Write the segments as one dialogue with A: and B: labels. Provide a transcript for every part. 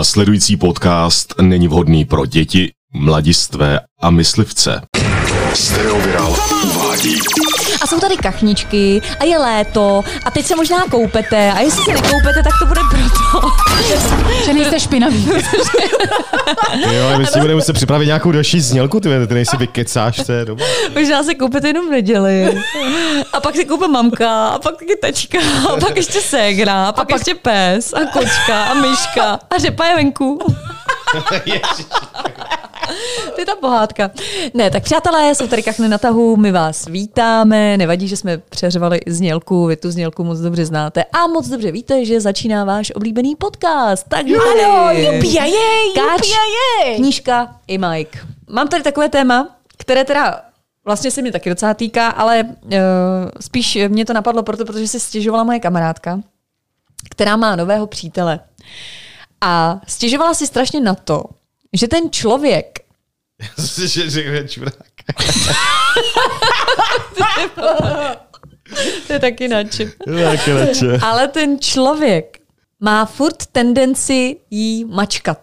A: Následující podcast není vhodný pro děti, mladistvé a myslivce.
B: Stereoviral uvádí.
C: A jsou tady kachničky a je léto a teď se možná koupete a jestli se nekoupete, tak to bude proto.
D: Že nejste špinavý.
E: Jo, ale my si budeme muset připravit nějakou další znělku, ty, vole, ty nejsi vykecáš, to je dobré.
C: možná se koupete jenom v neděli. A pak se koupe mamka, a pak taky tačka, a pak ještě ségra, a pak, a pak ještě pes, a kočka, a myška, a řepa je venku. To je ta pohádka. Ne, tak přátelé, jsou tady kachny na tahu, my vás vítáme, nevadí, že jsme přeřvali i znělku, vy tu znělku moc dobře znáte a moc dobře víte, že začíná váš oblíbený podcast. Takže...
D: Ano, jupi a jej,
C: Káč,
D: jupi a jej.
C: knížka i Mike. Mám tady takové téma, které teda vlastně se mě taky docela týká, ale uh, spíš mě to napadlo proto, protože se stěžovala moje kamarádka, která má nového přítele. A stěžovala si strašně na to, že ten člověk
E: že řekne čurák.
C: To je taky način.
E: Tak radši.
C: Ale ten člověk má furt tendenci jí mačkat.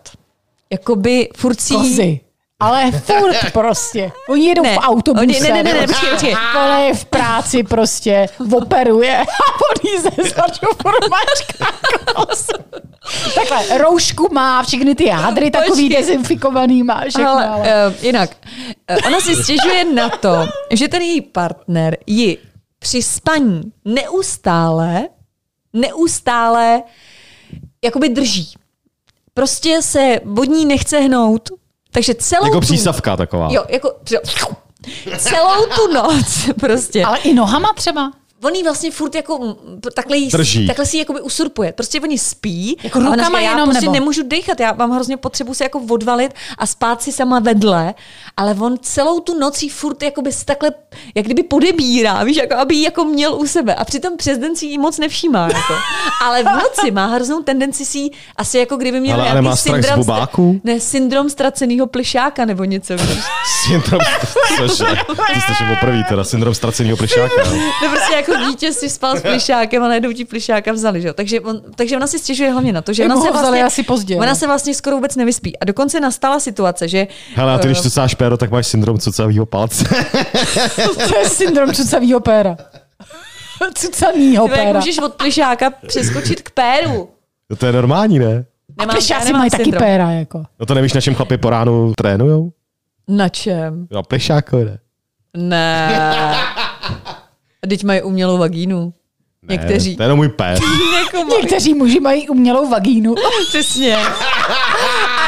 C: Jakoby furt si jí-
D: Kozy. Ale furt prostě. Oni jedou
C: Ne.
D: v autobuse.
C: Oni- ne, ne, ne, ne, počkej, počkej.
D: Ona je v práci prostě, operuje a on jí se začnou formačka. Takhle, roušku má, všechny ty jádry takový
C: Počkej.
D: dezinfikovaný má, všechno.
C: Ale,
D: Ale,
C: uh, jinak, uh, ona si stěžuje na to, že ten její partner ji při spaní neustále, neustále jakoby drží. Prostě se od ní nechce hnout, takže celou
E: Jako
C: tu-
E: přísavka taková.
C: Jo, jako celou tu noc prostě.
D: ale i nohama třeba.
C: on jí vlastně furt jako mm, takhle, jí,
E: Drží.
C: takhle si ji jakoby usurpuje. Prostě oni spí
D: Jako
C: a ona říká,
D: rukama
C: já
D: jenom,
C: prostě
D: nebo?
C: nemůžu dýchat, já mám hrozně potřebu se jako odvalit a spát si sama vedle, ale on celou tu nocí furt jakoby si takhle, jak kdyby podebírá, víš, jako aby ji jako měl u sebe a přitom přes den si ji moc nevšímá. Jako. Ale v noci má hroznou tendenci si ji asi jako kdyby měl
E: Ale- ale
C: nějaký
E: má strach z
C: syndrom,
E: bobáků?
C: ne, syndrom ztraceného plišáka nebo něco. víš.
E: Syndrom, cože, ty jste že poprvé teda, syndrom ztraceného plišáka. no.
C: No prostě jako dítě si spal s plišákem a najednou ti plišáka vzali, že jo? Takže, on, takže ona si stěžuje hlavně na to, že
D: Jako
C: ona se,
D: ho vzali
C: vlastně,
D: asi pozdě,
C: ona
D: no.
C: se vlastně skoro vůbec nevyspí. A dokonce nastala situace, že...
E: Hele, a ty když
C: eh,
E: to sáš péro, tak máš syndrom cucavýho palce.
D: To je syndrom cucavýho péra. Cucanýho
C: ty, jak
D: péra.
C: můžeš od plišáka přeskočit k péru.
E: No to je normální, ne?
D: A
C: Nemám, já
D: plišáci
C: nemám
D: mají taky
C: syndrom.
D: péra, jako.
E: No to nevíš, na čem chlapi po ránu trénujou?
C: Na čem?
E: Na plišákovi, ne?
C: Ne. Teď mají umělou vagínu.
E: Ne,
C: Někteří.
E: To je jenom můj pér.
C: Jako mají.
D: Někteří muži mají umělou vagínu.
C: Přesně.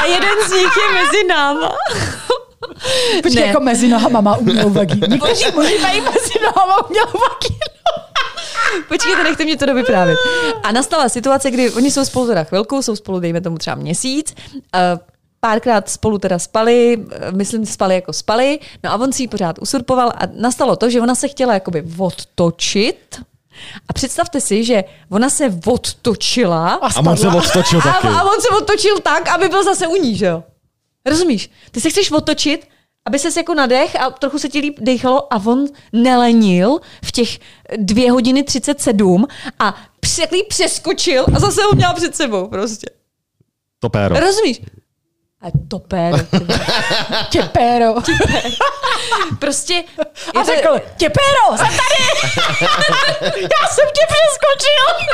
C: A jeden z nich je mezi náma.
D: Počkej,
C: Ne.
D: jako mezi nohama má umělou vagínu. Někteří muži mají mezi nohama umělou vagínu.
C: Počkejte, nechte mě to dovyprávět. A nastala situace, kdy oni jsou spolu teda chvilku, jsou spolu, dejme tomu třeba měsíc, eh, párkrát spolu teda spali, eh, myslím, spali jako spali, no a on si ji pořád usurpoval a nastalo to, že ona se chtěla jakoby odtočit a představte si, že ona se odtočila
E: A on se
D: spadla.
E: odtočil
C: a,
E: taky.
C: a on se odtočil tak, aby byl zase u ní, že jo? Rozumíš? Ty se chceš odtočit, aby ses jako nadech a trochu se ti líp dechalo a on nelenil v těch dvě hodiny 37 a překlý přeskočil a zase ho měla před sebou prostě.
E: To péro.
C: Rozumíš? A to pér.
D: Tě péro.
C: Prostě
D: A
C: je to-
D: řekl, tě péro, jsem tady. Já jsem tě přeskočil.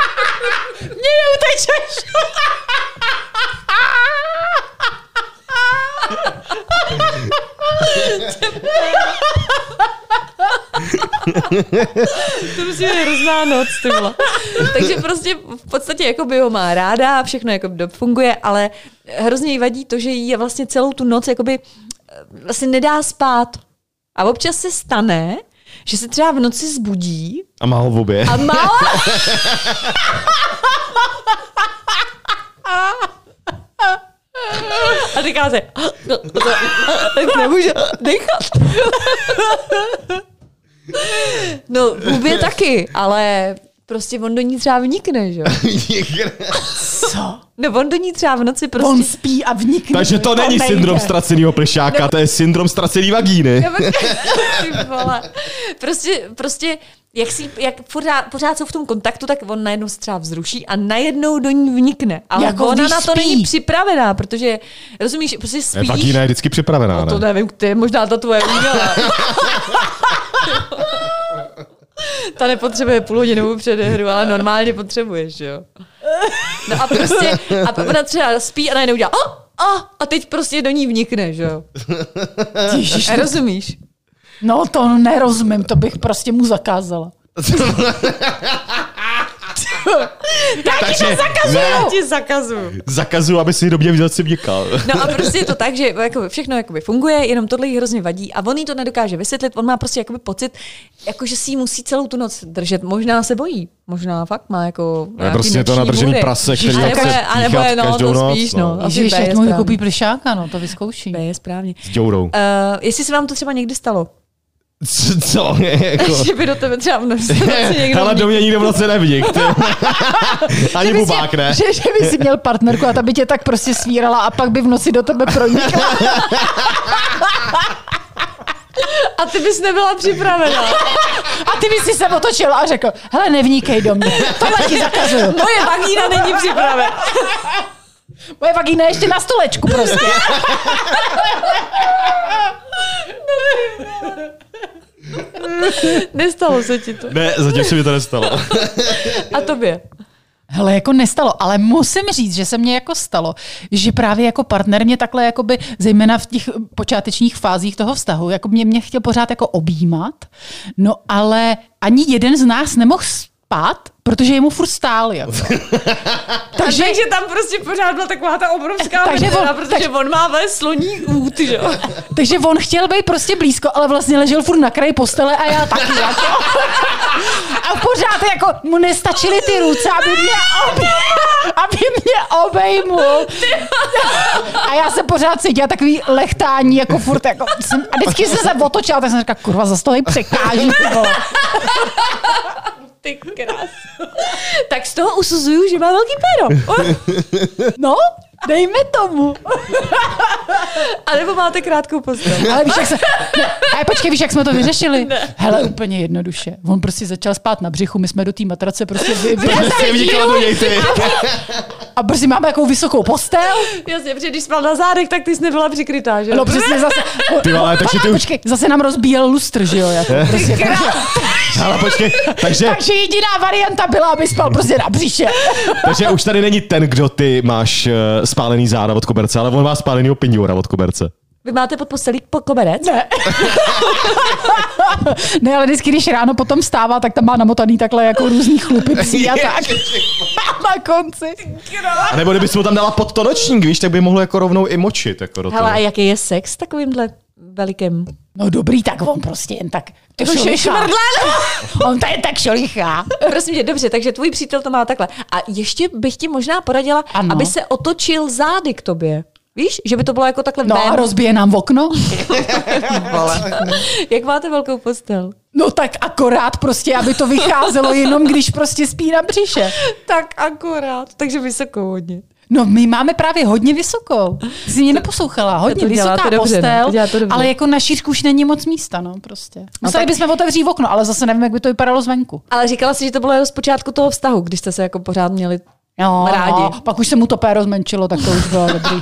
D: Mě neutečeš.
C: to prostě je hrozná noc, ty vole. Takže prostě v podstatě jako by ho má ráda a všechno jako funguje, ale hrozně jí vadí to, že jí je vlastně celou tu noc jakoby eh, vlastně nedá spát. A občas se stane, že se třeba v noci zbudí
E: A má ho v obě.
C: a má a říká se, "Ah, no, tak nemůže dechat. No, hubě taky, ale prostě on do ní třeba vnikne, že jo?
D: Co?
C: No on do ní třeba v noci prostě...
D: On spí a vnikne.
E: Takže to není
D: nejde.
E: syndrom ztraceného plešáka, to je syndrom ztracený vagíny.
C: Já počkej, ty vole. Prostě, prostě jak, si, jak pořád, pořád jsou v tom kontaktu, tak on najednou se třeba vzruší a najednou do ní vnikne. Ale
D: Jako
C: ona
D: když
C: na to
D: spí.
C: není připravená, protože, rozumíš, prostě spíš...
E: Vagína je vždycky připravená,
C: No to
E: ne?
C: nevím, to je možná ta tvoje uměla. ta nepotřebuje půlhodinovou předehru, ale normálně potřebuješ, že jo. No a prostě, a ona třeba spí a najednou dělá, a, a, a teď prostě do ní vnikne, že jo.
D: Ježiš,
C: Rozumíš?
D: No to nerozumím, to bych prostě mu zakázala. Taky
E: Takže
D: to zakazuju!
E: ne.
C: Ti zakazuju.
E: Zakazuju, aby si do mě viděl, co vnikal.
C: No a prostě je to tak, že jako všechno jakoby funguje, jenom tohle jí hrozně vadí a on jí to nedokáže vysvětlit, on má prostě jakoby pocit, jako že si ji musí celou tu noc držet, možná se bojí, možná fakt má jako
E: je prostě to nadržený prase, který
C: a
E: jak
C: nebo,
E: se
C: a nebo
E: píchat
C: je, no,
E: každou
C: to
E: noc,
C: spíš,
E: no.
C: no. no.
D: Ježiš,
C: Asi B je
D: ať mu
C: správně.
D: koupí plešáka, no to vyzkouší.
C: B je správně.
E: S děurou.
C: Uh, jestli se vám to třeba někdy stalo,
E: Co? Jako...
C: že by do tebe třeba v noci noci někdo
E: Hele, do
C: vnikl.
E: mě nikdo v noci nevnik. ty. Ani bubák, ne?
D: Že, že by si měl partnerku a ta by tě tak prostě svírala a pak by v noci do tebe pronikla.
C: a ty bys nebyla připravena.
D: A ty by si se otočil a řekl, hele, nevníkej do mě, tohle ti zakazuju.
C: Moje vagína není připravena.
D: Moje vagína je ještě na stolečku prostě.
C: Nestalo se ti to.
E: Ne, zatím se mi to nestalo.
C: A tobě.
D: Hele, jako nestalo, ale musím říct, že se mně jako stalo, že právě jako partner mě takhle, jakoby, zejména v těch počátečních fázích toho vztahu, jako mě, mě chtěl pořád jako objímat, no ale ani jeden z nás nemohl spát, protože jemu furt stál. Jako.
C: Takže, takže tam prostě pořád byla taková ta obrovská
D: Takže
C: takže
D: on-
C: on, protože on má ve sloní út, že jo.
D: Takže on chtěl být prostě blízko, ale vlastně ležel furt na kraji postele a já taky. Jako. A pořád jako mu nestačily ty ruce, aby mě, obj- aby mě obejmul. A já se pořád cítila takový lechtání, jako furt jako jsem, a vždycky jsem se otočila, tak jsem říkala, kurva, zase toho jí překáží. ty vole.
C: Ty krás. tak z toho usuzuju, že má velký péro.
D: No, dejme tomu.
C: A nebo máte krátkou postel.
D: Ale víš, jak se... Ne, ale počkej, víš, jak jsme to vyřešili? Hele, úplně jednoduše. On prostě začal spát na břichu, my jsme do té matrace prostě vy, vy,
E: Jsi vnikla do něj, ty.
D: A prostě máme jakou vysokou postel?
C: Jasně, protože když spal na zádech, tak ty jsi nebyla přikrytá, že jo.
D: No přesně zase.
E: Ty vole, takže ty už-
D: Počkej, zase nám rozbíjel lustr, že jo? Jako, prostě, takže,
E: Ale počkej, takže,
D: takže jediná varianta byla, aby spal prostě na břiše.
E: takže už tady není ten, kdo ty máš eh, spálený záda od koberce, ale on má spálenýho pinjura od koberce.
C: Vy máte pod postelí po koberec?
D: Ne. ne, ale vždycky, když ráno potom stává, tak tam má namotaný takhle jako různý chlupy psí a tak. na konci.
E: A nebo kdybys mu tam dala pod to nočník, víš, tak by mohlo jako rovnou i močit. Jako do toho.
C: Hele, a jaký je sex s takovýmhle velikým?
D: No dobrý, tak on prostě jen tak to
C: Jako
D: šolichá.
C: šmrdlán.
D: On to jen tak šolichá.
C: Prosím tě, dobře, takže tvůj přítel to má takhle. A ještě bych ti možná poradila,
D: Ano.
C: aby se otočil zády k tobě. Víš, že by to bylo jako takhle
D: No
C: ven.
D: a rozbije nám v okno.
C: Jak máte velkou postel?
D: No tak akorát prostě, aby to vycházelo jenom, když prostě spí na břiše.
C: Tak akorát, takže vysokou hodně.
D: No, my máme právě hodně vysokou. Ty Jsi mě neposlouchala. Hodně
C: To děláte
D: vysoká
C: dobře, no.
D: postel,
C: Děláte dobře.
D: ale jako na šířku už není moc místa, no prostě. Museli
C: tak-
D: bychom otevřít okno, ale zase nevím, jak by to vypadalo zvenku.
C: Ale říkala jsi, že to bylo jenom z počátku toho vztahu, když jste se jako pořád měli
D: No,
C: rádi.
D: no, pak už se mu to péro zmenšilo, tak to už bylo dobrý.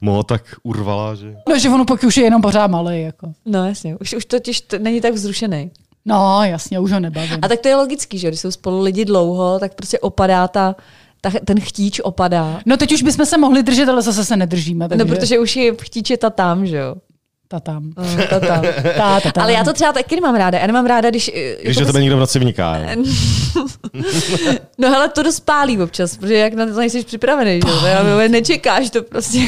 E: Mo tak urvala, že...
D: No, že on pak už je jenom pořád malý, jako.
C: No jasně, už, už totiž t- není tak vzrušený.
D: No, jasně, už ho nebavím.
C: A tak to je logický, že jo, když jsou spolu lidi dlouho, tak prostě opadá ta, ta ten chtíč opadá.
D: No, teď už bychom se mohli držet, ale zase se nedržíme. Takže...
C: No protože už je chtíč je ta tam, že jo.
D: Ta tam. Ta,
C: No, ta tam.
D: ta, tam.
C: Ale já to třeba taky nemám ráda. Já nemám ráda, když... eh,
E: Když
C: jako
E: do
C: to
E: tebe někdo v noci vniká. jo.
C: No hele, to dost pálí občas, protože jak na to nejsi připravený, že jo. To já- Nečekáš to prostě.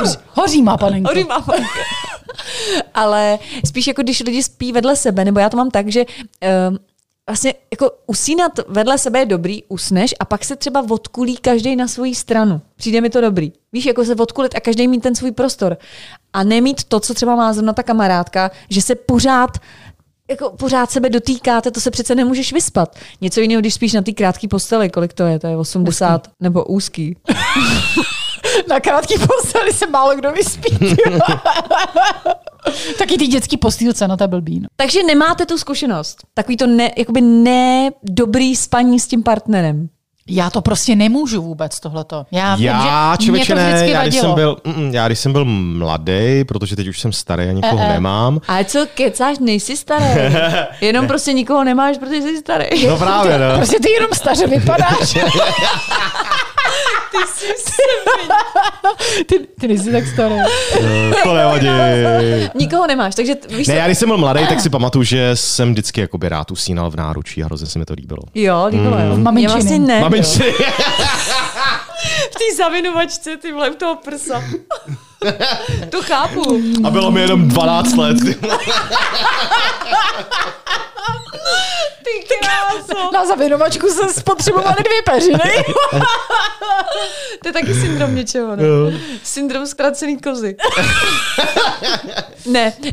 D: Hoří- Hoří má panenko.
C: Ory má fakt. Ale spíš jako když lidi spí vedle sebe, nebo já to mám tak, že um, vlastně jako usínat vedle sebe je dobrý, usneš a pak se třeba odkulí každý na svoji stranu. Přijde mi to dobrý. Víš, jako se odkulit a každý mít ten svůj prostor. A nemít to, co třeba má zrovna ta kamarádka, že se pořád jako pořád sebe dotýkáte, to se přece nemůžeš vyspat. Něco jiného, když spíš na ty krátké posteli, kolik to je, to je 80 úzký. nebo úzký.
D: Na krátký posteli se málo kdo vyspí. jo. Taky ty dětský postýlce, no to je blbý. No.
C: Takže nemáte tu zkušenost. Takový to ne, jakoby nedobrý spaní s tím partnerem.
D: Já to prostě nemůžu vůbec tohleto. Já,
E: Já,
D: vím, že mě
E: člověče,
D: to
E: ne,
D: vždycky
E: já když,
D: vadilo.
E: jsem byl, mm, já když jsem byl mladý, protože teď už jsem starý a nikoho
C: Eh,
E: nemám.
C: Ale co kecáš, nejsi starý. Jenom ne. prostě nikoho nemáš, protože jsi starý.
E: No právě, no.
D: Prostě ty jenom staře vypadáš. ty, ty nejsi tak starý.
E: To nevadí.
C: Nikoho nemáš, takže t- víš
E: Ne,
C: co?
E: já když jsem byl mladý, tak si pamatuju, že jsem vždycky jakoby rád usínal v náručí a hrozně se mi to líbilo.
C: Jo,
E: Mm.
C: líbilo, jo.
D: Maminčiny.
C: Já vlastně ne.
E: Maminči,
C: V té zavinovačce, ty vole, u toho prsa. to chápu.
E: a bylo mi jenom 12 let.
C: Ty kráso.
D: Na zavinovačku jsem spotřebovala dvě peřiny.
C: To je taky syndrom něčeho, ne? Syndrom zkrácený kozy. ne, uh,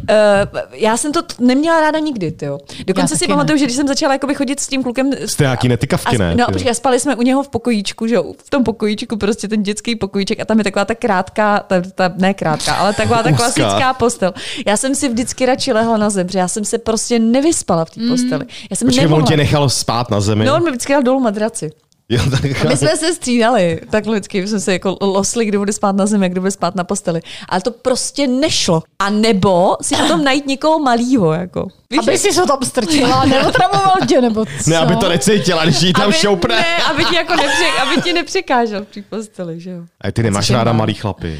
C: já jsem to t- neměla ráda nikdy, ty jo. Dokonce
D: Já
C: si
D: taky
C: pamatuju, že když jsem začala jakoby chodit s tím klukem...
E: Jste nějaký netykavky, ne?
C: A, no, počkej, a spali jsme u něho v pokojíčku, že jo, v tom pokojíčku, prostě ten dětský pokojíček a tam je taková ta krátká, ta, ta ne krátká, ale taková ta
E: Úzká.
C: klasická postel. Já jsem si vždycky radši lehla na zem, protože já jsem se prostě nevyspala v
D: Mm.
C: té posteli. Já jsem
E: Počkej, on
C: nemohla.
E: tě nechal spát na zemi.
C: No, on mi vždycky dal dolů madraci.
E: Jo, tak-
C: A my jsme se střídali, tak lidsky my jsme se jako losli, kdo bude spát na zemi, a kdo bude spát na posteli. Ale to prostě nešlo. A nebo si na tom najít někoho malýho, jako. Víš,
D: Aby si to tam strčila a neotravoval tě, nebo co?
E: Ne, aby to necítila, když jí tam šoupne.
C: Ne, aby ti, jako nepře, aby ti nepřekážel v té posteli, že jo.
E: A ty nemáš
C: Což je
E: ráda
C: má.
E: malý chlapy.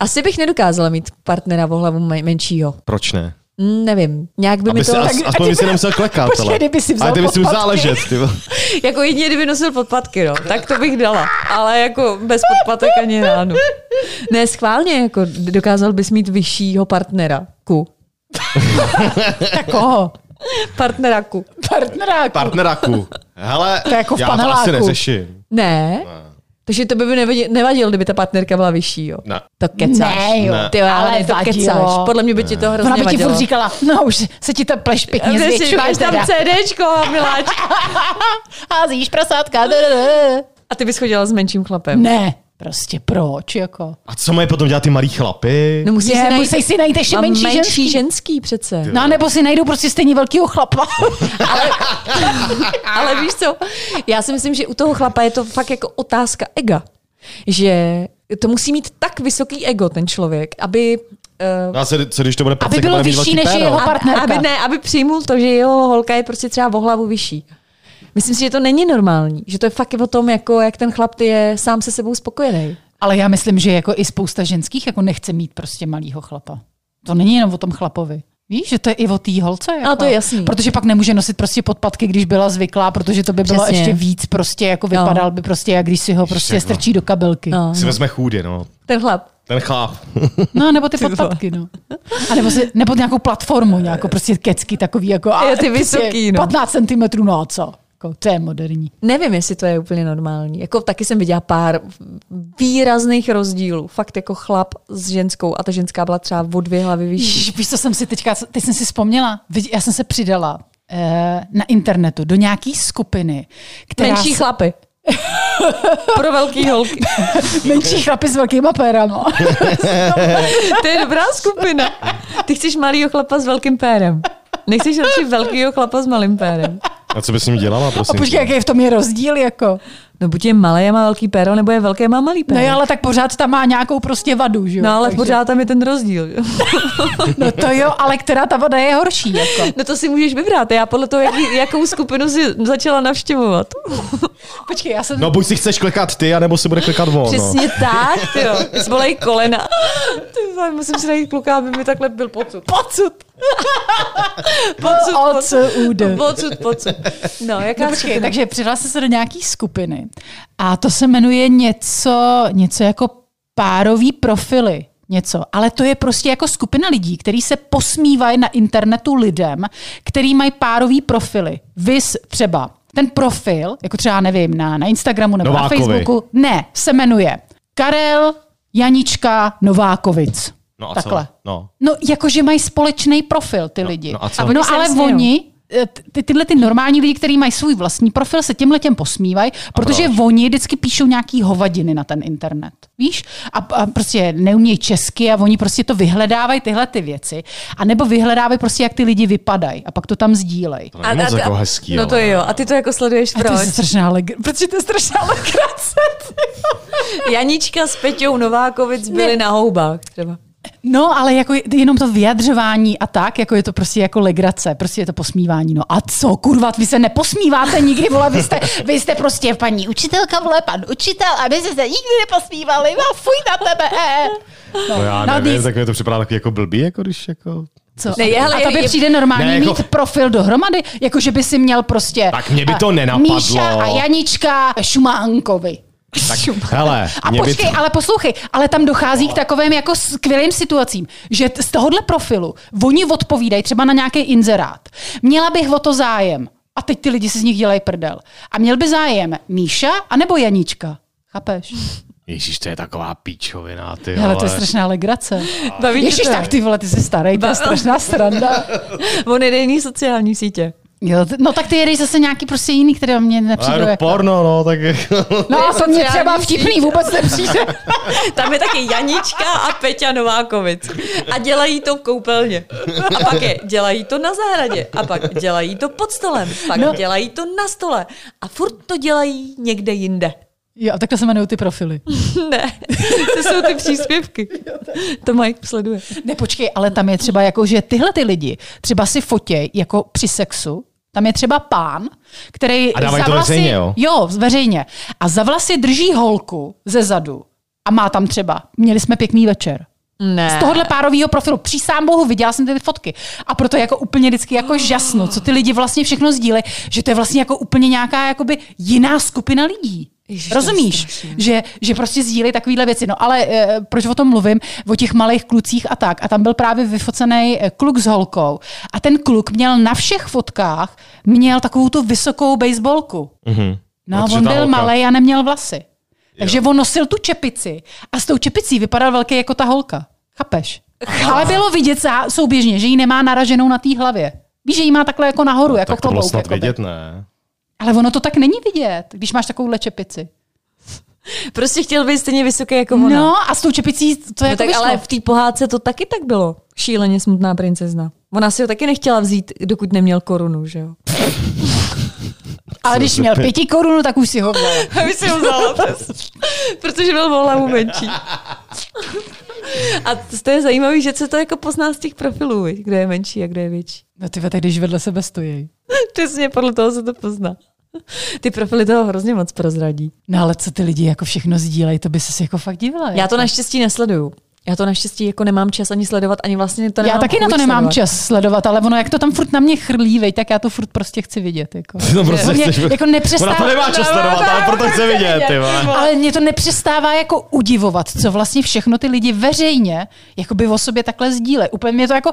C: Asi bych nedokázala mít partnera o hlavu men- menšího.
E: Proč ne?
D: No
C: Mm, nevím, nějak by mi
E: Aby
C: to...
E: si, as,
D: a
E: aspoň
D: ty
E: by si
D: by-
E: nemusel klekat.
D: Počkej,
E: ale-
D: kdyby si vzal
E: Ale ty bys si musel
D: podpatky.
E: ležet. Ty. vole.
C: Jako jedině, kdyby nosil podpatky, no, tak to bych dala. Ale jako bez podpatek ani ráno. Ne, schválně, jako dokázal bys mít vyššího partnera. Ku.
D: Tak koho?
C: Partnera ku.
D: Partneráku.
E: Partneraku. Hele,
D: To je jako v
E: já to asi
D: paneláku.
E: neřeším.
C: Ne? Takže to by mi nevadil, nevadil, kdyby ta partnerka byla vyšší, jo?
E: Ne.
C: To kecáš.
D: Ne, jo.
E: Ne.
C: Ty, ale,
D: Ale
C: ale to
D: vadilo.
C: kecáš. Podle mě by ti to hrozně
D: Ona by ti
C: vadilo.
D: furt říkala, no už se ti ta pleš pěkně
C: Kde si
D: zvětšuje.
C: máš tam
D: teda.
C: CDčko, miláčku.
D: Házíš prasátka.
C: A ty bys chodila s menším chlapem.
D: Ne, prostě proč, jako?
E: A co mají potom dělat ty malí chlapy?
C: No musíš
D: Je,
C: si najít,
D: musíš si najít ještě
C: Mám
D: menší
C: menší
D: ženský.
C: ženský přece.
D: No a nebo si najdou prostě stejně velkýho chlapa.
C: Ale víš co, já si myslím, že u toho chlapa je to fakt jako otázka ega. Že to musí mít tak vysoký ego ten člověk, aby... Uh,
E: No a co, co když to bude pracek,
D: bylo
E: bude mít
D: vyšší
E: velký
D: než
E: péro?
D: jeho- partnerka.
C: aby, ne, aby přijmul to, že jeho holka je prostě třeba o hlavu vyšší. Myslím si, že to není normální. Že to je fakt o tom, jako, jak ten chlap ty je sám se sebou spokojený.
D: Ale já myslím, že jako i spousta ženských jako nechce mít prostě malýho chlapa. To není jenom o tom chlapovi. Víš, že to je i o té holce. Jako.
C: Ale to je jasný.
D: Protože pak nemůže nosit prostě podpatky, když byla zvyklá, protože to by bylo
C: Přesně.
D: ještě víc prostě, jako vypadal by prostě, jak když si ho prostě
E: Ještě, no.
D: strčí do kabelky. No,
C: No.
E: Si vezme chůdy, no.
C: Ten chlap.
E: Ten chlap.
D: no nebo ty podpatky, no. A nebo, si, nebo nějakou platformu, nějakou prostě kecky takový, jako a
C: Jo, ty
D: prostě
C: vysoký, no.
D: 15 cm, no a co? Jako, to je moderní.
C: Nevím, jestli to je úplně normální. Jako taky jsem viděla pár výrazných rozdílů. Fakt jako chlap s ženskou a ta ženská byla třeba o dvě hlavy vyšší.
D: Ježiš, víš, co jsem si teďka, teď jsem si vzpomněla, Vidí- já jsem se přidala eh, na internetu do nějaký skupiny, která
C: Menší
D: se-
C: chlapy. Pro velký holky.
D: menší chlapy s velkýma pérama.
C: To je dobrá skupina. Ty chceš malýho chlapa s velkým pérem. Nechceš radši velkýho chlapa s malým pérem.
E: A co bys s ním dělala,
D: A
E: prosím? tě?
D: počkej, jaký v tom je rozdíl, jako.
C: No buď je malé a má velký péro, nebo je velké a má malý péro.
D: No jo, ale tak pořád tam má nějakou prostě vadu, že jo?
C: no ale
D: Takže-
C: pořád tam je ten rozdíl. jo.
D: No to jo, ale která ta vada je horší, jako.
C: No to si můžeš vybrat. Já podle toho, jaký, jakou skupinu si začala navštěvovat.
D: Počkej, já jsem...
E: No buď si chceš klekat ty, anebo si bude klekat on. No.
C: Přesně tak, jo. Zvolej kolena. Ty vole, musím si najít kluka, aby mi takhle byl pocud. Pocud! Pocud,
D: POCUD.
C: Pocud, pocud. No, jaká
D: No, počkej, takže přidala jsem se do nějaký skupiny a to se jmenuje něco, něco jako párový profily. Něco. Ale to je prostě jako skupina lidí, kteří se posmívají na internetu lidem, který mají párový profily. Vys třeba ten profil, jako třeba nevím, na, na Instagramu nebo
E: Novákovi.
D: na Facebooku, ne, se jmenuje Karel Janička Novákovic.
E: No a
D: Takhle.
E: co? No.
D: No, jakože mají společný profil ty lidi.
E: no a co? A
C: oni
D: no
C: se
D: ale
C: nesmějou.
D: oni, eh, ty, tyhle ty normální lidi, kteří mají svůj vlastní profil, se těmhle těm posmívají, protože
E: proč?
D: oni vždycky píšou nějaký hovadiny na ten internet. Víš? A, a prostě neumějí česky a oni prostě to vyhledávají tyhle ty věci. A nebo vyhledávají prostě, jak ty lidi vypadají a pak to tam sdílej.
E: To není moc jako hezký,
C: No to
E: ale-
C: jo. A ty to jako sleduješ
D: A to je
C: proč?
D: strašná legr- protože to je strašná legrace. ty jo.
C: Janička s Peťou Novákovic byly
D: Ne.
C: na houbách třeba.
D: No, ale jako je- jenom to vyjadřování a tak, jako je to prostě jako legrace, prostě je to posmívání. No a co, kurva, vy se neposmíváte nikdy, vole, vy jste, vy jste prostě paní učitelka, vole, pan učitel a my jsme se nikdy neposmívali, no, fuj na tebe, e.
E: No já
D: No,
E: nevím,
D: nic.
E: tak mi to připadá taky jako blbý, jako když jako...
D: Co?
C: Ne, je- hele,
D: a to by
C: je-
D: přijde normální
E: Ne, jako-
D: mít profil dohromady, jako že by si měl prostě...
E: Tak mě by
D: eh,
E: to nenapadlo.
D: Míša a Janička Šumánkovi.
E: Tak, hele,
D: A
E: mě by-
D: počkej, ale poslouchej, ale tam dochází k takovým jako skvělým situacím, že t- z tohohle profilu oni odpovídají třeba na nějaký inzerát. Měla bych o to zájem. A teď ty lidi si z nich dělají prdel. A měl by zájem Míša anebo Janíčka. Chápeš?
E: Ježíš, to je taková píčovina, ty
D: Hele, to je
E: vole.
D: strašná legrace.
C: Baví tě
D: Ježíš,
C: to?
D: tak ty vole, ty jsi starý, to je strašná sranda.
C: On je jiný sociální sítě.
D: Jo, t- no tak ty jedeš zase nějaký prostě jiný, který o mě nepřijde.
E: Ale
D: jako-
E: porno, no, tak jako...
D: No a to mě třeba
C: Sociální
D: vtipný
C: síť.
D: vůbec nepřijde.
C: Tam je taky Janička a Peťa Novákovic. A dělají to v koupelně. A pak je, dělají to na zahradě. A pak dělají to pod stolem. Pak
D: No.
C: no. dělají to na stole. A furt to dělají někde jinde.
D: Jo, takhle se jmenují ty profily.
C: Ne, to jsou ty příspěvky. To Mike sleduje.
D: Ne, počkej, ale tam je třeba jako, že tyhle ty lidi třeba si fotěj jako při sexu, tam je třeba pán, který
E: A dávají
D: za
E: to
D: vlasy,
E: veřejně, jo?
D: Jo, veřejně. A za vlasy drží holku ze zadu a má tam třeba, měli jsme pěkný večer.
C: Ne.
D: Z tohohle párového profilu. Přísám bohu, viděla jsem ty fotky. A proto jako úplně vždycky jako žasnu, co ty lidi vlastně všechno sdílejí, že to je vlastně jako úplně nějaká jakoby jiná skupina lidí.
C: Ježiš,
D: Ježiš,
C: to je
D: Rozumíš?
C: strašný.
D: Že, že prostě sdílejí takovéhle věci. No ale e, proč o tom mluvím? O těch malých klucích a tak. A tam byl právě vyfocený eh, kluk s holkou. A ten kluk měl na všech fotkách, měl takovou tu vysokou baseballku. Mm-hmm. No,
E: Protože
D: on
E: ta
D: byl
E: holka-
D: malý a neměl vlasy. Takže on nosil tu čepici a s tou čepicí vypadal velký jako ta holka. Chápeš? Ale bylo vidět zá- souběžně, že ji nemá naraženou na té hlavě. Víš, že ji má takhle jako nahoru, jako
E: No, tak to bylo
D: klobouk.
E: snad
D: jakoby.
E: vidět, ne?
D: Ale ono to tak není vidět, když máš takovouhle čepici.
C: Prostě chtěl být stejně vysoký jako ona.
D: No a s tou čepicí to
C: No
D: jako
C: tak,
D: vyšlo.
C: ale v té pohádce to taky tak bylo. Šíleně smutná princezna. Ona si ho taky nechtěla vzít, dokud neměl korunu, že jo?
D: ale když měl pěti korunu, tak už si ho vzal.
C: Aby si ho vzala přes. Protože byl o hlavu menší. A to je zajímavé, že se to jako pozná z těch profilů, viď, kdo je menší a kdo je větší.
D: No ty tak když vedle sebe stojí.
C: Přesně podle toho se to pozná. Ty profily toho hrozně moc prozradí.
D: No ale co ty lidi jako všechno sdílejí, to by se jako fakt divila.
C: Já to naštěstí nesleduju. Já to naštěstí jako nemám čas ani sledovat, ani vlastně to nemám
D: já taky na to
C: chuť
D: nemám
C: sledovat.
D: čas sledovat, ale ono, jak to tam furt na mě chrlí, vej, tak já to furt prostě chci vidět. Jako.
E: No prostě
D: mě,
E: chceš...
D: jako
E: Ona to
D: nepřestává,
E: nemá čas sledovat, ale proto chce vidět, ty vole.
D: ale mě to nepřestává jako udivovat, co vlastně všechno ty lidi veřejně jakoby o sobě takhle sdíle. Úplně mě to jako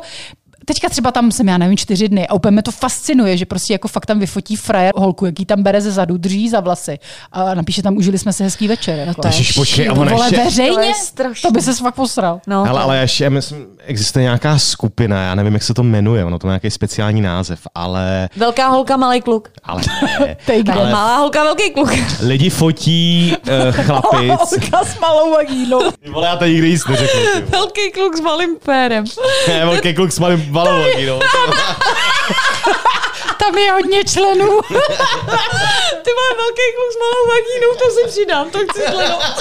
D: Teďka třeba tam jsem, já nevím, čtyři dny a úplně mě to fascinuje, že prostě jako fakt tam vyfotí frajer holku, jaký tam bere ze zadu, drží za vlasy a napíše tam, užili jsme se hezký večer. Jako.
C: to je
E: Ježíš, počkej, a ona
D: Vole,
E: ještě...
C: To
D: veřejně?
C: je
D: To,
C: strašný.
D: by se fakt posral.
C: No,
E: Hele, ale ještě, myslím, existuje nějaká skupina, já nevím, jak se to jmenuje, ono to má nějaký speciální název, ale...
C: Velká holka, malý kluk.
E: Ale ne.
D: Take
C: Ne,
D: that.
E: Ale-
C: malá holka, velký kluk.
E: Lidi fotí uh,
D: No.
E: chlapic.
D: s malou vagínou.
E: Ty vole, já to nikdy nic neřeknu. ty vole.
C: velký kluk s malým pérem.
E: Ne, velký kluk s malým balonky, no.
D: Tam je hodně členů.
C: Ty má velký kluk s malou vagínou, to si přidám, to chci sledovat.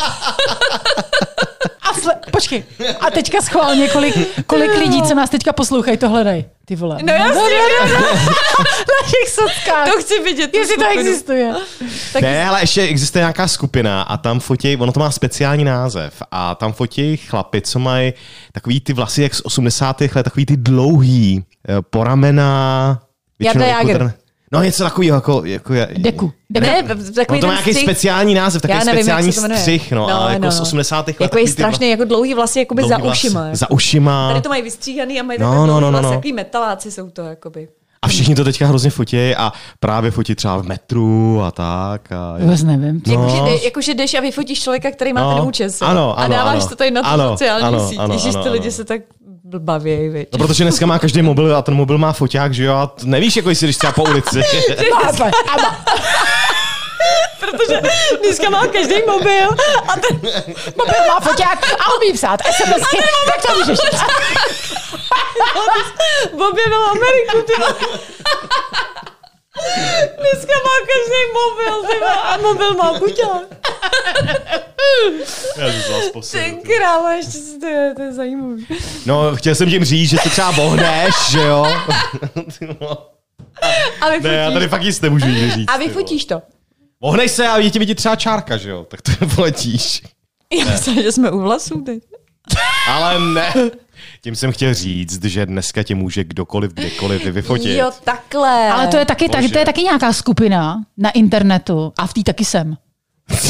D: A sle- počkej, a teďka schválně, kolik, kolik lidí, co nás teďka poslouchají, to hledají. Ty vole.
C: No jasně, no, no,
D: na těch sockách.
C: to chci vidět. tu
D: Jestli to
C: skupinu.
D: existuje.
C: Tak
E: Ne, ale ještě existuje nějaká skupina a tam fotí, ono to má speciální název, a tam fotí chlapy, co mají takový ty vlasy jak z 80. let, takový ty dlouhý, eh, poramená.
C: Jarda
E: většinou jako
C: Jágr.
E: ten- No něco takového, jako... jako je-
D: Deku. Deku.
C: Ne,
E: Ono
C: takový
E: to má
C: ten
E: nějaký
C: střih-
E: speciální název, takový
C: Já nevím,
E: speciální
C: jak se to jmenuje.
E: střih, no,
C: No,
E: ale jako
C: no,
E: z
C: no.
E: 80. let.
C: Jako je
E: takový ty vla-
C: strašný, jako dlouhý vlasy, jakoby
E: dlouhý
C: za
E: vlasy.
C: ušima. jako.
E: Za ušima.
C: Tady to mají vystříhaný a mají
E: No,
C: takové
E: no,
C: dlouhý
E: no, no,
C: vlasy,
E: no.
C: takový metaláci jsou to, jakoby.
E: A všichni to teďka hrozně fotí a právě fotí třeba v metru a tak. A
D: Vůbec nevím.
E: No.
C: Jakože, jde- jakože Jako, jdeš a vyfotíš člověka, který má
E: No.
C: ten účes. jo?
E: Ano,
C: a
E: ano,
C: dáváš
E: ano.
C: to tady na tu
E: Ano,
C: sociální
E: ano,
C: síť.
E: ano,
C: Ježíš,
E: ano,
C: ty lidi
E: ano.
C: se tak baví, viď.
E: No, protože dneska má každý mobil a ten mobil má foťák, že jo? A t- nevíš, jako jestli jdeš třeba po ulici.
D: Chápe.
C: Protože dneska má každý mobil a ten
D: Mobil má foťák a umí psát SMSky, tak to můžeš.
C: objevil Ameriku, ty vole. Dneska má každý mobil, ty vole, a mobil má kuťa. Ty kráva, ještě si to je, to je zajímavý.
E: No, chtěl jsem tím říct, že se třeba vohneš, že jo?
C: A
E: Ne, já tady
C: vyfotíš,
E: fakt nic nemůžu nikdy říct.
C: a
E: ty vole.
C: vyfotíš to.
E: Vohneš se a je ti vidět třeba čárka, že jo? Tak to poletíš.
C: Já myslím, že jsme u vlasů teď.
E: Ale ne. Tím jsem chtěl říct, že dneska tě může kdokoliv, kdekoliv vyfotit.
C: Jo, takhle.
D: Ale to je, taky, tak,
E: Bože.
D: to je taky nějaká skupina na internetu a v té taky jsem.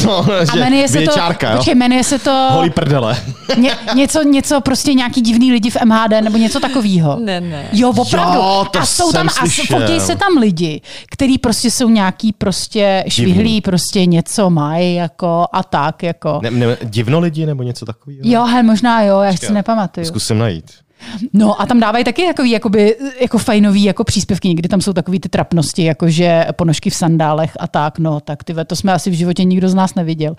E: No,
D: A
E: že
D: jmenuje se to,
E: věčárka, jo?
D: počkej, jmenuje se to
E: Holý prdele.
D: ně, něco, něco prostě nějaký divný lidi v MHD nebo něco takového.
C: Ne, ne.
D: Jo, opravdu.
E: Jo, to
D: a jsou
E: jsem
D: tam, a s-
E: slyšel.
D: fotí se tam lidi, kteří prostě jsou nějaký prostě švihlí, prostě něco mají jako a tak jako.
E: Ne, ne, divno lidi nebo něco takového?
D: Jo, hele, možná jo, já si nepamatuju.
E: Zkusím najít.
D: No a tam dávají taky takový jakoby, jako fajnový jako příspěvky, někdy tam jsou takový ty trapnosti, jako že ponožky v sandálech a tak, no tak ty ve, to jsme asi v životě nikdo z nás neviděl.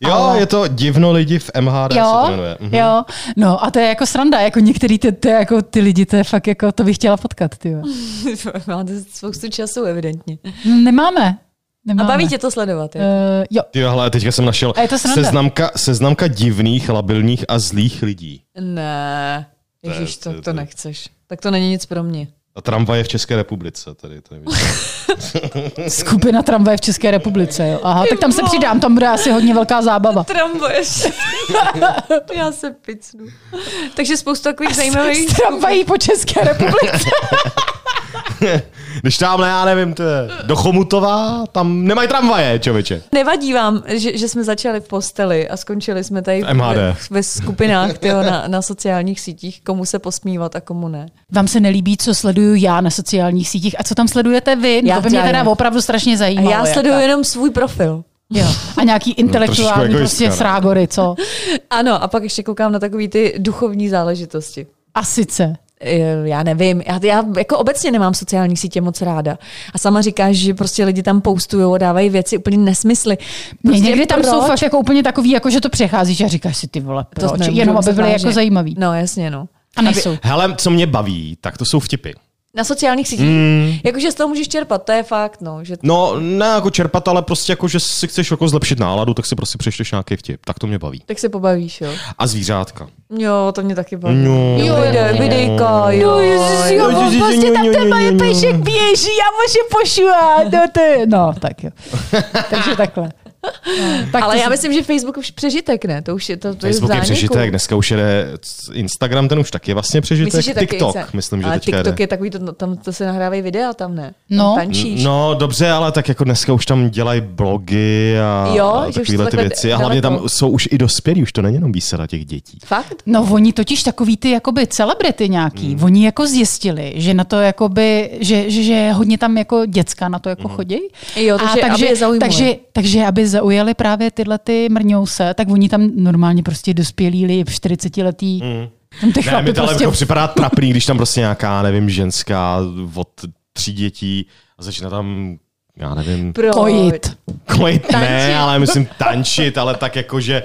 E: Jo,
D: Ale-
E: je to divno lidi v MHD, se
D: Jo,
E: to jmenuje. Mhm.
D: jo, no a to je jako sranda, jako některý ty, ty, jako ty lidi, to je fakt jako, to bych chtěla potkat, ty. jo.
C: Máte spoustu času, evidentně.
D: Nemáme.
C: Mhm. A
D: Nemáme.
C: baví tě to sledovat, jo?
D: Uh, jo,
E: Ty jo, hele, teďka jsem našel
D: A je to sranda.
E: seznamka, seznamka divných, labilních a zlých lidí.
C: Ne,
E: je-
C: ježíš,
E: to je-
C: to,
E: to
C: to
E: je-
C: nechceš. Tak to není nic pro mě.
E: A tramvaje v České republice, tady to nevidím.
D: skupina tramvaje v České republice, jo. Aha, tak tam se přidám, tam bude asi hodně velká zábava.
C: Tramvoješ. Já se picnu. Takže spoustu takových zajímavých...
D: S tramvají po České republice.
E: Když tamhle, já nevím, to je do Chomutova, tam nemají tramvaje, čověče.
C: Nevadí vám, že, že jsme začali v posteli a skončili jsme tady
E: MHD.
C: ve, ve skupinách tyjo, na, na sociálních sítích, komu se posmívat a komu ne.
D: Vám se nelíbí, co sleduju já na sociálních sítích a co tam sledujete vy?
C: Já
D: Já, to by mě
C: já
D: teda
C: ne.
D: opravdu strašně
C: A
D: zajímalo.
C: já sleduju
D: jako.
C: jenom svůj profil.
D: Jo. A nějaký
E: trošičku
D: intelektuální
E: egoistka,
D: prostě
E: no.
D: srágory, co?
C: Ano, a pak ještě koukám na takové ty duchovní záležitosti.
D: A sice.
C: Eh, já nevím, já, já jako obecně nemám sociální sítě moc ráda. A sama říkáš, že prostě lidi tam postují a dávají věci úplně nesmysly.
D: Prostě
C: Prostě
D: někdy tam
C: proč?
D: jsou fakt jako úplně takový, jako že to přecházíš a říkáš si ty vole,
C: To
D: proč?
C: ne,
D: Jenom
C: můžu
D: aby
C: myslet
D: byly
C: vážně.
D: jako zajímavý.
C: No, jasně, no.
D: A nejsou.
E: Hele, co mě baví, tak to jsou vtipy. Hmm.
C: Na sociálních sítích. Mm. Jakože z toho můžeš čerpat, to je fakt, no. Že
E: No, ne jako čerpat, ale prostě jako, že si chceš jako zlepšit náladu, tak si prostě přečteš nějaký vtip. Tak to mě baví.
C: tak se pobavíš, jo.
E: A zvířátka.
C: Jo, to mě taky baví.
E: No.
C: Jo, vide, videjka, jo.
D: Jo,
E: jo,
D: on
E: jo,
D: prostě
E: jo,
D: tam
E: jo,
D: ten
E: jo,
D: malý
E: jo,
D: pejšek
E: jo.
D: běží a může pošuhat. No, to je, no, tak jo. Takže takhle. No, tak
C: Ale
D: to
C: já
D: jsem-
C: myslím, že Facebook už přežitek, ne? To už je to, to je v
E: Facebook je
C: zániku.
E: přežitek, dneska už jede c- Instagram, ten už taky je vlastně přežitek.
C: Myslíš, že taky
E: TikTok,
C: se-
E: myslím, že
C: Ale
E: teďka
C: TikTok
E: jede.
C: je takový, to, no, tam to se nahrávají videa, tam ne? Tam
D: No.
C: Tančíš.
E: No dobře, ale tak jako dneska už tam dělají blogy a,
C: Jo, že
E: a
C: už jsou
E: takovýhle ty
C: takhle
E: věci. A hlavně
C: daleko.
E: tam jsou už i dospělí, už to není jenom výsada těch dětí.
C: Fakt?
D: No oni totiž takový ty jakoby celebrity nějaký, mm. oni jako zjistili, že na to jakoby, že, že, že hodně tam jako děcka na to jako mm. chodí.
C: Jo, takže aby je zaujmuli.
D: takže, takže aby zaujali právě tyhle ty mrňouse, tak oni tam normálně prostě dospělí lidi, 40 letý. Mm. Tam ty
E: Ne,
D: chlapy
E: mi to ale
D: prostě...
E: jako připadá trapný, když tam prostě nějaká, nevím, ženská od tří dětí a začne tam, já nevím,
C: Proč?
D: Kojit.
E: kojit,
C: Tančit.
E: ne, ale myslím tančit, ale tak jako, že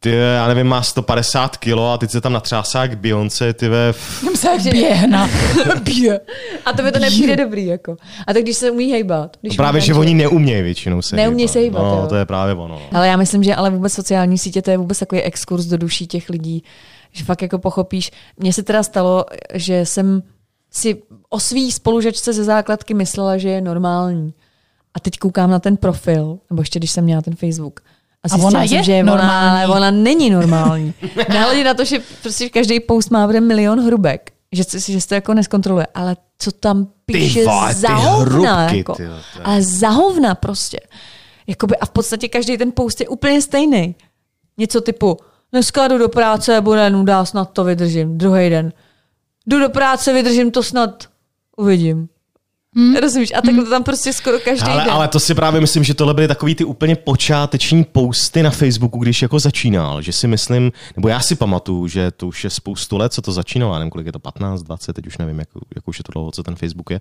E: ty, já nevím, má 150 kilo a teď se tam natřásá jak Beyoncé, ty ve, v-
D: Tam se běhna. Bě.
C: A to mi to nepřijde dobrý, jako. A tak když se umí hejbat. Když
E: právě,
C: umí
E: že
C: tančit.
E: oni neumějí většinou se
C: Neumějí se hýbat,
E: No,
C: jo.
E: to je právě ono. no.
C: Ale já myslím, že ale vůbec sociální sítě to je vůbec takový exkurs do duší těch lidí, že fakt jako pochopíš. Mně se teda stalo, že jsem si o svý spolužačce ze základky myslela, že je normální. A teď koukám na ten profil, nebo ještě když jsem měla ten Facebook. A, zjistila
D: ona
C: jsem,
D: je
C: že Ona,
D: normální.
C: ale ona není normální. Nehledě na to, že prostě každý post má bude milion hrubek. Že, se- že se to jako neskontroluje. Ale co tam píše
E: vole, ty
C: za hovna.
E: hrubky,
C: jako.
E: ty jo, to je-
C: Ale za hovna prostě. Jakoby, a v podstatě každý ten post je úplně stejný. Něco typu, dneska jdu do práce, bude nuda, snad to vydržím. Druhý den, jdu do práce, vydržím to snad, uvidím.
D: Hm?
C: Hmm. Rozumíš? A tak to tam prostě skoro každý
E: Ale,
C: den.
E: ale to si právě myslím, že tohle byly takový ty úplně počáteční posty na Facebooku, když jako začínal, že si myslím, nebo já si pamatuju, že to už je spoustu let, co to začínalo, já nevím, kolik je to, 15, 20, teď už nevím, jak, jak už je to dlouho, co ten Facebook je,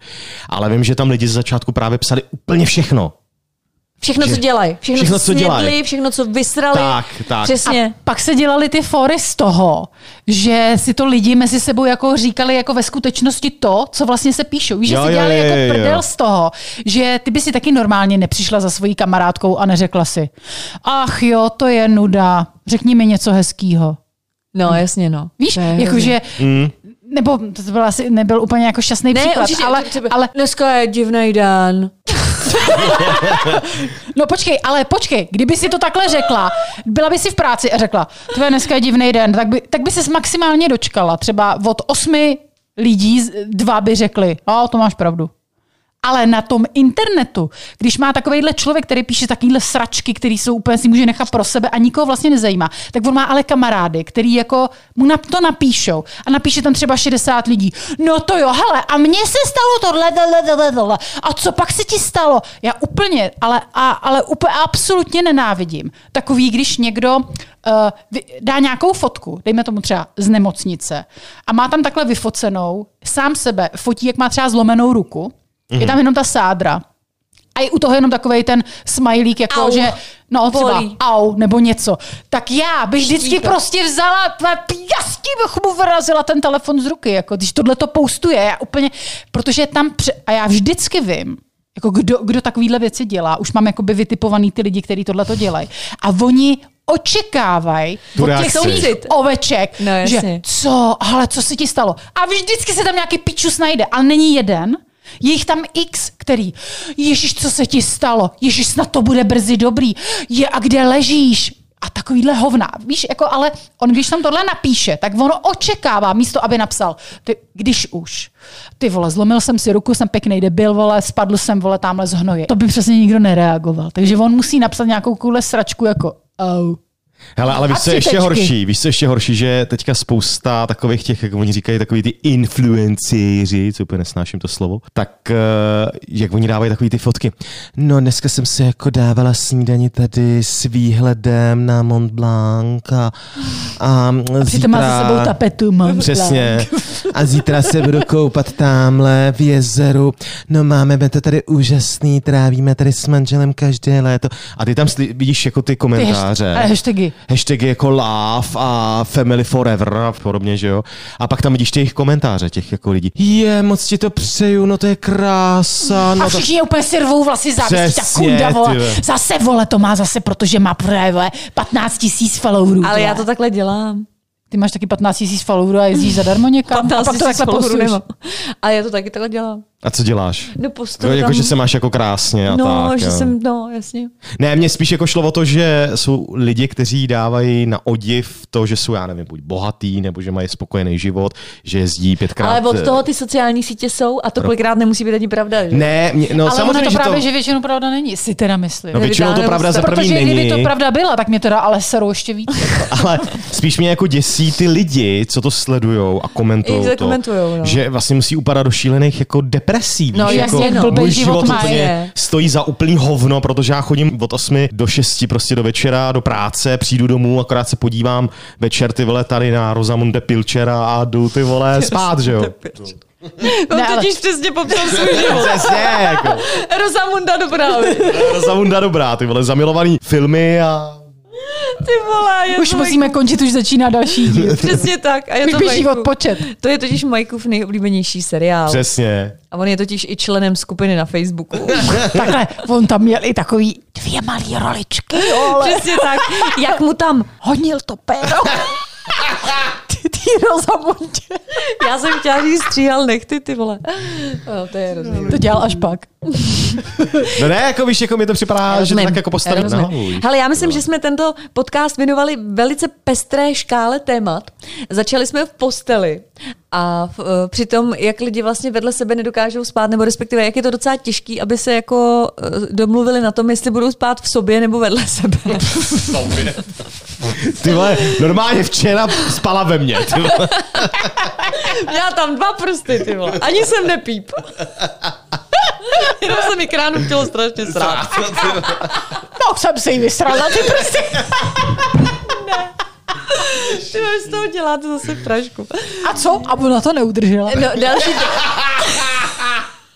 E: ale vím, že tam lidi z začátku právě psali úplně všechno.
C: Všechno, co dělají. Všechno,
E: všechno,
C: co
E: co dělají.
C: snědli, všechno, co vysrali.
E: Tak, tak.
C: Přesně.
D: A pak se dělali ty fory z toho, že si to lidi mezi sebou jako říkali jako ve skutečnosti to, co vlastně se píšou. Víš, že
E: Jo,
D: si
E: jo,
D: dělali
E: jo, jo,
D: jako
E: jo.
D: prdel z toho, že ty by si taky normálně nepřišla za svojí kamarádkou a neřekla si, ach jo, to je nuda, řekni mi něco hezkýho.
C: No, jasně, no.
D: Víš,
C: To je hrozný.
D: jakože,
E: Hmm.
D: nebo to byl asi, nebyl úplně jako šťastný
C: Ne,
D: příklad,
C: určitě,
D: ale,
C: třeba,
D: ale,
C: dneska je divný den.
D: no počkej, ale počkej, kdyby si to takhle řekla, byla by si v práci a řekla, to je dneska je divný den, tak by, tak by ses maximálně dočkala, třeba od osmi lidí, z- dva by řekli, a to máš pravdu. Ale na tom internetu, když má takovýhle člověk, který píše takovýhle sračky, který jsou úplně si může nechat pro sebe a nikoho vlastně nezajímá, tak on má ale kamarády, který jako mu na to napíšou a napíše tam třeba 60 lidí. No to jo, hele, a mně se stalo tohle, tohle, tohle, tohle. A co pak se ti stalo? Já úplně, ale, a, ale úplně absolutně nenávidím. Takový, když někdo uh, vy- dá nějakou fotku, dejme tomu třeba z nemocnice, a má tam takhle vyfocenou, sám sebe fotí, jak má třeba zlomenou ruku, Mm-hmm. Je tam jenom ta sádra. A je u toho jenom takový ten smajlík, jako
C: Au.
D: že no třeba
C: Bolí.
D: au nebo něco. Tak já bych vždycky
C: Štípe.
D: prostě vzala, tvé pjastí bych mu vyrazila ten telefon z ruky, jako když tohle to postuje. Já úplně, protože tam, pře- a já vždycky vím, jako kdo, kdo takovýhle věci dělá. Už mám jakoby vytipovaný ty lidi, kteří tohle to dělají. A oni očekávají
E: Tu
D: od těch
E: reakci.
D: svých oveček,
C: No,
D: že
C: jasně.
D: co, ale co se ti stalo? A vždycky se tam nějaký pičus najde, ale není jeden. Je jich tam x, který, Ježíš, co se ti stalo? Ježíš, snad to bude brzy dobrý. Je, a kde ležíš? A takovýhle hovna. Víš, jako, ale on, když tam tohle napíše, tak ono očekává místo, aby napsal, ty, když už. Ty vole, zlomil jsem si ruku, jsem pěkný debil, vole, spadl jsem, vole, tamhle z hnoje. To by přesně nikdo nereagoval. Takže on musí napsat nějakou kůle sračku, jako, au.
E: Hele, ale
D: A
E: víš, co je ještě
D: citečky.
E: horší, víš, co je ještě horší, že teďka spousta takových těch, jak oni říkají, takový ty influencieři, co úplně nesnáším to slovo, tak eh, jak oni dávají takový ty fotky. No, dneska jsem si jako dávala snídani tady s výhledem na Mont Blanc a, a, a
D: Přitom má za sebou tapetu, mám
E: Přesně. A zítra se budu koupat tamhle v jezeru. No máme my to tady úžasný, trávíme tady s manželem každé léto. A ty tam sli- vidíš jako ty
D: Ty
E: komentáře.
D: hasht- a hashtagy.
E: Hashtagy jako love a family forever a podobně, že jo. A pak tam vidíš ty jejich komentáře, těch jako lidí. Je, moc ti to přeju, no to je krása.
C: Mm.
D: A
E: No to...
D: všichni úplně servou vlastně závisí. Ta
E: Přesně,
D: kunda, vole.
E: ty vole.
D: Zase, vole, to má zase, protože má právě vole, 15 tisíc followerů.
C: Ale
D: vole.
C: já to takhle dělám.
D: Ty máš taky 15 tisíc followerů a jezdíš zadarmo někam?
C: 15
D: a pak to takhle postuješ.
C: nemám. Ale já to taky takhle dělám.
E: A co děláš?
C: No postup
E: No, jako,
C: tam...
E: že se máš jako krásně a
C: No,
E: tak.
C: že
E: jo.
C: jsem, no, jasně.
E: Ne, mně spíš jako šlo o to, že jsou lidi, kteří dávají na odiv to, že jsou, já nevím, buď bohatý, nebo že mají spokojený život, že jezdí pětkrát. eh,
C: Ale od toho ty sociální sítě jsou a to kolikrát nemusí být ani pravda, že?
E: Ne, mě, no
D: Ale
E: samozřejmě,
D: ono to
E: že
D: právě,
E: to...
D: že většinou pravda není, si teda myslím.
E: No většinou to
C: Nevydá,
E: pravda
C: nebo
E: za
C: se-
E: první
D: Protože kdyby to
E: není,
D: pravda byla, tak mě teda ale serou ještě víc. Jako
E: ale spíš mě jako děsí ty lidi, co to sledujou a
C: I
E: komentují
C: to
E: to,
C: komentujou, no.
E: že vlastně musí upadat do šílených jako depresí.
C: No,
E: víš,
C: jasně,
E: jako
C: no.
E: můj
D: Blbej život má,
E: úplně
C: je.
E: stojí za úplný hovno, protože já chodím od 8 do 6 prostě do večera, do práce, přijdu domů, akorát se podívám večer ty vole tady na Rosamunde Pilchera a jdu ty vole spát, že jo?
C: On
D: Ne, ale-
C: No, totiž přesně popsal svůj život.
E: Přesně,
C: no.
E: jako.
C: Rosamunda Dobrávy.
E: Rosamunda dobrá, ty vole, zamilovaný filmy a
C: Ty vole, je
D: Už
C: to
D: musíme končit, už začíná další díl.
C: Přesně tak. A je
D: Už
C: to
D: běží
C: Michael.
D: odpočet.
C: To je totiž Majkův nejoblíbenější seriál.
E: přesně.
C: A on je totiž i členem skupiny na Facebooku.
D: Takhle, on tam měl i takový dvě malý roličky. Ole.
C: Přesně tak. Jak mu tam...
D: Honil to péro. Ty, ty Rozamundě.
C: Já jsem chtěla říct stříhal nechty, ty vole. No, to je hrozný.
D: To dělal až pak.
E: No ne, jako víš, jako mi to připadá, že to
C: Rozumím.
E: tak jako postavit na
C: Rozumím.
E: hlavu. víš.
C: Hele, já myslím, že jsme tento podcast věnovali velice pestré škále témat. Začali jsme v posteli a v, eh, při tom, jak lidi vlastně vedle sebe nedokážou spát, nebo respektive jak je to docela těžký, aby se jako eh, domluvili na tom, jestli budou spát v sobě nebo vedle sebe.
E: Ty vole, normálně včera spala ve mně. Ty vole.
C: Měla tam dva prsty, ty vole. Ani jsem nepíp. Jenom se mi kránu chtělo strašně srát.
D: Mohl No, jsem si ji vysrala, ty prostě.
C: Ty jo, z toho děláte zase prašku.
D: A co? A ona to neudržela.
C: No, další,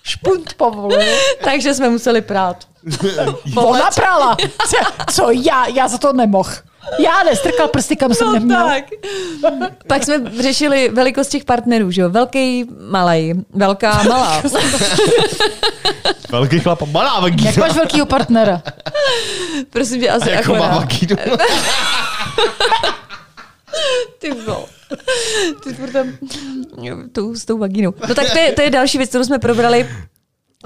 D: Špunt povoluje.
C: takže jsme museli prát.
D: Ona prala. Co, co já? Já za to nemohl. Já nestrkal prsty, kam jsem
C: No
D: neměl.
C: tak. Pak jsme řešili velikost těch partnerů, že jo? Velký, malý, velká, malá.
E: Velký chlap a malá
D: Jak
E: vagína.
D: máš velkýho partnera?
C: Prosím tě, asi
E: Jako má
C: akorát.
E: vagínu.
C: Ty vole. Ty furt tam jo, tou, s tou vagínou. No tak to je, to je další věc, kterou jsme probrali.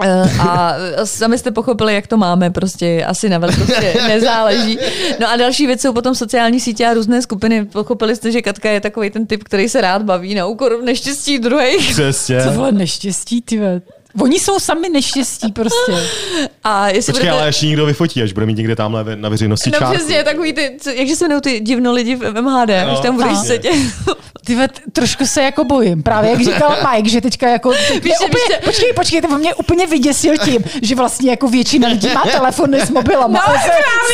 C: Eh, A sami jste pochopili, jak to máme, prostě asi na velikosti nezáleží. No a další věc jsou potom sociální sítě a různé skupiny. Pochopili jste, že Katka je takový ten typ, který se rád baví na úkor neštěstí druhých.
E: Přesně.
D: To bylo neštěstí, ty ve. Oni jsou sami neštěstí prostě.
C: A jestli
E: Počkej,
C: budete...
E: ale ještě nikdo vyfotí, až bude mít někde tamhle ve- na veřejnosti
C: No
E: čárku.
C: přesně, takový ty, co- jak že se jmenují ty divno lidi v MHD, no,
E: No,
C: až tam budeš
E: přesně.
C: sedět.
D: Ty ve, trošku se jako bojím. Právě jak říkal Mike, že teďka jako... Mě
C: že- víš,
D: úplně,
C: že-
D: Počkej, počkej, to mě úplně vyděsil tím, že vlastně jako většina lidí má telefony s mobilama. ale se-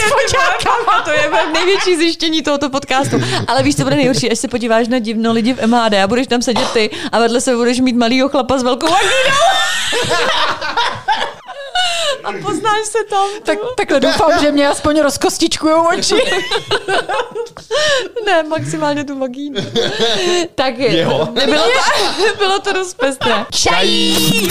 D: s foťákama.
C: A No, to je moje největší zjištění tohoto podcastu. Ale víš, co bude nejhorší, až se podíváš na divno lidi v MHD a budeš tam sedět ty a vedle se budeš mít malýho chlapa s velkou vagínou. A poznáš se tam.
D: tak, takhle doufám, že mě aspoň rozkostičkujou oči.
C: Ne, maximálně tu vagínu. Tak je.
E: Jeho.
C: Bylo to, bylo to dost pestré.
D: Čají!